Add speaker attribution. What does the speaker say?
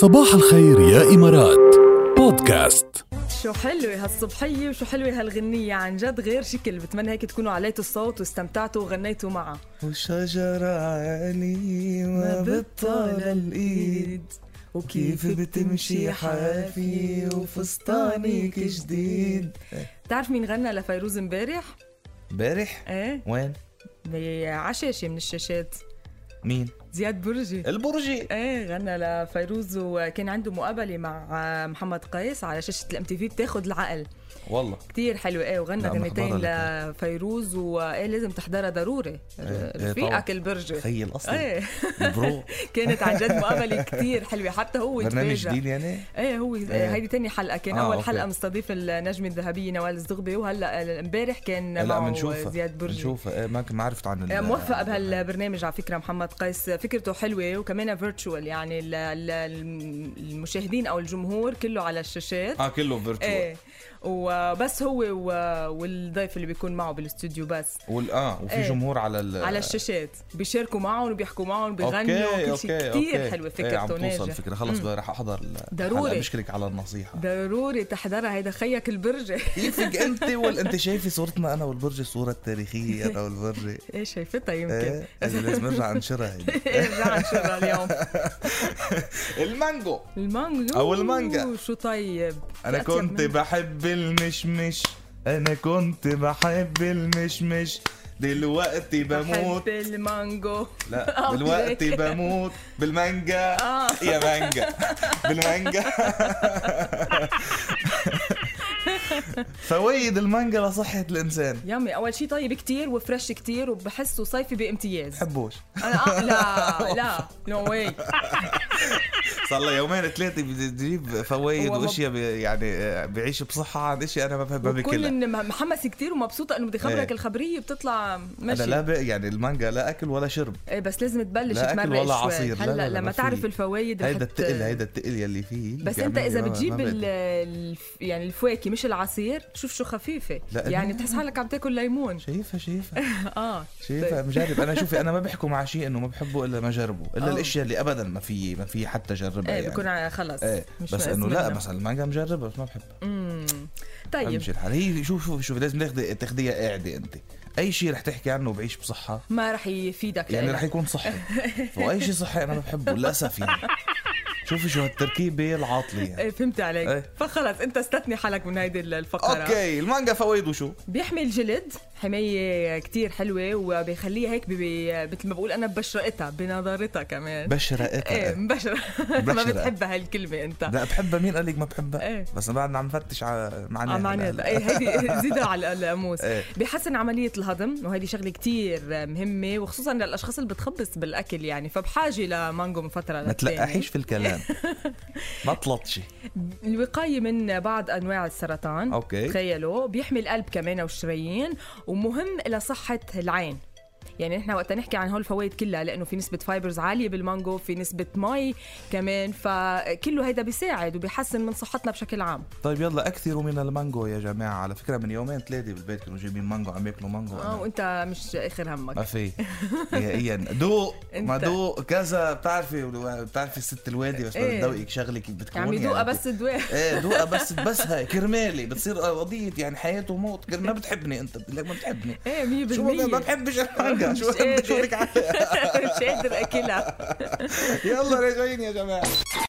Speaker 1: صباح الخير يا إمارات بودكاست
Speaker 2: شو حلوة هالصبحية وشو حلوة هالغنية عن جد غير شكل بتمنى هيك تكونوا عليتوا الصوت واستمتعتوا وغنيتوا معها
Speaker 3: وشجرة عالية بتطالع الإيد وكيف بتمشي حافي وفستانك جديد
Speaker 2: بتعرف مين غنى لفيروز امبارح؟
Speaker 3: امبارح
Speaker 2: ايه
Speaker 3: وين؟
Speaker 2: بعشاشة من الشاشات
Speaker 3: مين؟
Speaker 2: زياد برجي
Speaker 3: البرجي
Speaker 2: ايه غنى لفيروز وكان عنده مقابلة مع محمد قيس على شاشة الام تي في بتاخد العقل
Speaker 3: والله
Speaker 2: كتير حلو ايه وغنى
Speaker 3: لا،
Speaker 2: غنيتين
Speaker 3: محضرة
Speaker 2: لفيروز وايه لازم تحضرها ضروري
Speaker 3: إيه، إيه، طبعاً.
Speaker 2: رفيقك البرجي
Speaker 3: تخيل أصلا
Speaker 2: ايه
Speaker 3: برو
Speaker 2: كانت عن جد مقابلة كتير حلوة حتى هو
Speaker 3: برنامج
Speaker 2: تفاجأ
Speaker 3: جديد يعني؟
Speaker 2: ايه هو
Speaker 3: إيه.
Speaker 2: هيدي تاني حلقه كان
Speaker 3: آه،
Speaker 2: آه اول
Speaker 3: أوكي.
Speaker 2: حلقه مستضيف النجمه الذهبيه نوال الزغبي وهلا امبارح كان
Speaker 3: لا
Speaker 2: معه
Speaker 3: بنشوفها
Speaker 2: زياد برجي
Speaker 3: بنشوفها إيه، ما كنت ما عرفت عن ال-
Speaker 2: آه، موفقة بهالبرنامج على فكرة محمد قيس فكرته حلوة وكمان فيرتشوال يعني ال- ال- الم- المشاهدين أو الجمهور كله على الشاشات
Speaker 3: اه كله فيرتشوال
Speaker 2: ايه وبس هو و- والضيف اللي بيكون معه بالاستوديو بس
Speaker 3: وال اه وفي
Speaker 2: إيه.
Speaker 3: جمهور على ال
Speaker 2: على الشاشات بيشاركوا معهم وبيحكوا معهم بيغنوا
Speaker 3: اوكي
Speaker 2: كل شيء
Speaker 3: اوكي
Speaker 2: كثير
Speaker 3: أوكي.
Speaker 2: حلوة
Speaker 3: إيه،
Speaker 2: فكرته
Speaker 3: عم توصل
Speaker 2: ناجحة
Speaker 3: الفكره خلص بقى رح احضر ال-
Speaker 2: ضروري.
Speaker 3: هلأ بشكرك على النصيحه
Speaker 2: ضروري تحضرها هيدا خيك البرجة
Speaker 3: كيفك انت وال... انت شايفه صورتنا انا والبرج الصوره التاريخيه انا والبرج
Speaker 2: ايه شايفتها يمكن إيه،
Speaker 3: ايه اللي لازم ارجع انشرها هيدي.
Speaker 2: ارجع عن شغل اليوم
Speaker 3: المانجو
Speaker 2: المانجا
Speaker 3: أو المانجا.
Speaker 2: أوه، شو طيب
Speaker 3: انا
Speaker 2: أطيب
Speaker 3: كنت
Speaker 2: منها.
Speaker 3: بحب المشمش انا كنت بحب المشمش دلوقتي
Speaker 2: بحب
Speaker 3: بموت
Speaker 2: المانجو
Speaker 3: لا
Speaker 2: أوكي.
Speaker 3: دلوقتي بموت بالمانجا
Speaker 2: آه.
Speaker 3: يا مانجا بالمانجا فويد المانجا لصحة الإنسان
Speaker 2: يامي اول شيء طيب كتير وفريش كتير وبحسه صيفي بامتياز
Speaker 3: بحبوش
Speaker 2: انا آه لا لا نو واي
Speaker 3: صار له يومين ثلاثة بتجيب فويد
Speaker 2: هو مب-
Speaker 3: واشياء بي- يعني آه، بعيش بصحة عن اشياء أنا ما بحبها
Speaker 2: كل
Speaker 3: بكلها
Speaker 2: إن محمس كتير ومبسوطه انه بدي
Speaker 3: إيه.
Speaker 2: خبرك الخبريه بتطلع
Speaker 3: أنا
Speaker 2: ماشي
Speaker 3: لا ب- يعني المانجا لا أكل ولا شرب
Speaker 2: إيه، بس لازم تبلش
Speaker 3: لا أكل
Speaker 2: تمرق
Speaker 3: ولا
Speaker 2: شوي.
Speaker 3: عصير. لا، لا، لا،
Speaker 2: هلا
Speaker 3: ما
Speaker 2: لما
Speaker 3: في.
Speaker 2: تعرف الفوائد
Speaker 3: هيدا
Speaker 2: رح ت-
Speaker 3: التقل هيدا التقل يلي فيه
Speaker 2: بس انت
Speaker 3: بيعمل
Speaker 2: اذا
Speaker 3: لي ما-
Speaker 2: بتجيب
Speaker 3: ما
Speaker 2: ال-
Speaker 3: بقدر.
Speaker 2: الف- يعني الفواكه مش العصير شوف شو خفيفه
Speaker 3: لا،
Speaker 2: يعني
Speaker 3: لا.
Speaker 2: بتحس حالك عم تاكل ليمون
Speaker 3: شايفها شايفها
Speaker 2: اه
Speaker 3: شايفها مجرب انا شوفي انا ما بحكوا مع شيء انه ما بحبه الا ما جربه الا
Speaker 2: آه.
Speaker 3: الاشياء اللي ابدا ما في ما في حتى جربها
Speaker 2: ايه
Speaker 3: يعني
Speaker 2: بكون على- خلص
Speaker 3: ايه
Speaker 2: مش
Speaker 3: بس
Speaker 2: مأزم
Speaker 3: انه لا
Speaker 2: منه.
Speaker 3: بس المانجا مجربها بس ما بحبها
Speaker 2: مم. طيب
Speaker 3: امشي الحال هي شوف شوف شوف لازم تاخذي تاخذيها قاعده انت اي شيء رح تحكي عنه بعيش بصحه
Speaker 2: ما رح يفيدك
Speaker 3: يعني
Speaker 2: لإلك.
Speaker 3: رح يكون صحي واي شيء صحي انا ما بحبه للاسف يعني شوفي شو هالتركيبه العاطله يعني.
Speaker 2: ايه فهمت عليك
Speaker 3: إيه.
Speaker 2: فخلص انت استثني حالك من هيدي الفقره
Speaker 3: اوكي المانجا فوائد وشو
Speaker 2: بيحمي الجلد حمايه كتير حلوه وبيخليها هيك ببي... مثل ما بقول انا ببشرقتها بنظارتها كمان
Speaker 3: بشرقتها
Speaker 2: ايه
Speaker 3: إيه.
Speaker 2: مبشره ما
Speaker 3: مبشرة.
Speaker 2: بتحبها هالكلمه انت
Speaker 3: لا بحبها مين قال لك ما بحبها
Speaker 2: إيه.
Speaker 3: بس أنا بعدنا عم نفتش على معناها
Speaker 2: اه معناتها ايه هيدي زيدها على القاموس
Speaker 3: إيه.
Speaker 2: بحسن عمليه الهضم وهيدي شغله كتير مهمه وخصوصا للاشخاص اللي بتخبص بالاكل يعني فبحاجه لمانجو من فتره
Speaker 3: ما
Speaker 2: للتانية.
Speaker 3: تلقحيش في الكلام ما تلطشي
Speaker 2: الوقايه من بعض انواع السرطان
Speaker 3: أوكي.
Speaker 2: تخيلوا بيحمي القلب كمان والشرايين ومهم لصحه العين يعني نحن وقت نحكي عن هول الفوائد كلها لانه في نسبه فايبرز عاليه بالمانجو في نسبه مي كمان فكله هيدا بيساعد وبيحسن من صحتنا بشكل عام
Speaker 3: طيب يلا اكثروا من المانجو يا جماعه على فكره من يومين ثلاثه بالبيت كانوا جايبين مانجو عم ياكلوا مانجو
Speaker 2: اه
Speaker 3: أنا
Speaker 2: وانت مش اخر همك
Speaker 3: ما في نهائيا دوق ما
Speaker 2: أنت.
Speaker 3: دوق كذا بتعرفي بتعرفي الست الوادي بس
Speaker 2: إيه.
Speaker 3: بدها تدوقك شغله كيف بتكون
Speaker 2: عم يدوقها يعني بس الدواء
Speaker 3: ايه دوقها بس بس هاي كرمالي بتصير قضيه يعني حياه وموت كر- ما بتحبني انت بتقول لك ما بتحبني
Speaker 2: ايه 100%
Speaker 3: شو ما ما بحبش المانجا شو
Speaker 2: مش
Speaker 3: بحب
Speaker 2: قادر.
Speaker 3: شو بدك عليها؟
Speaker 2: مش قادر اكلها
Speaker 3: يلا راجعين يا جماعه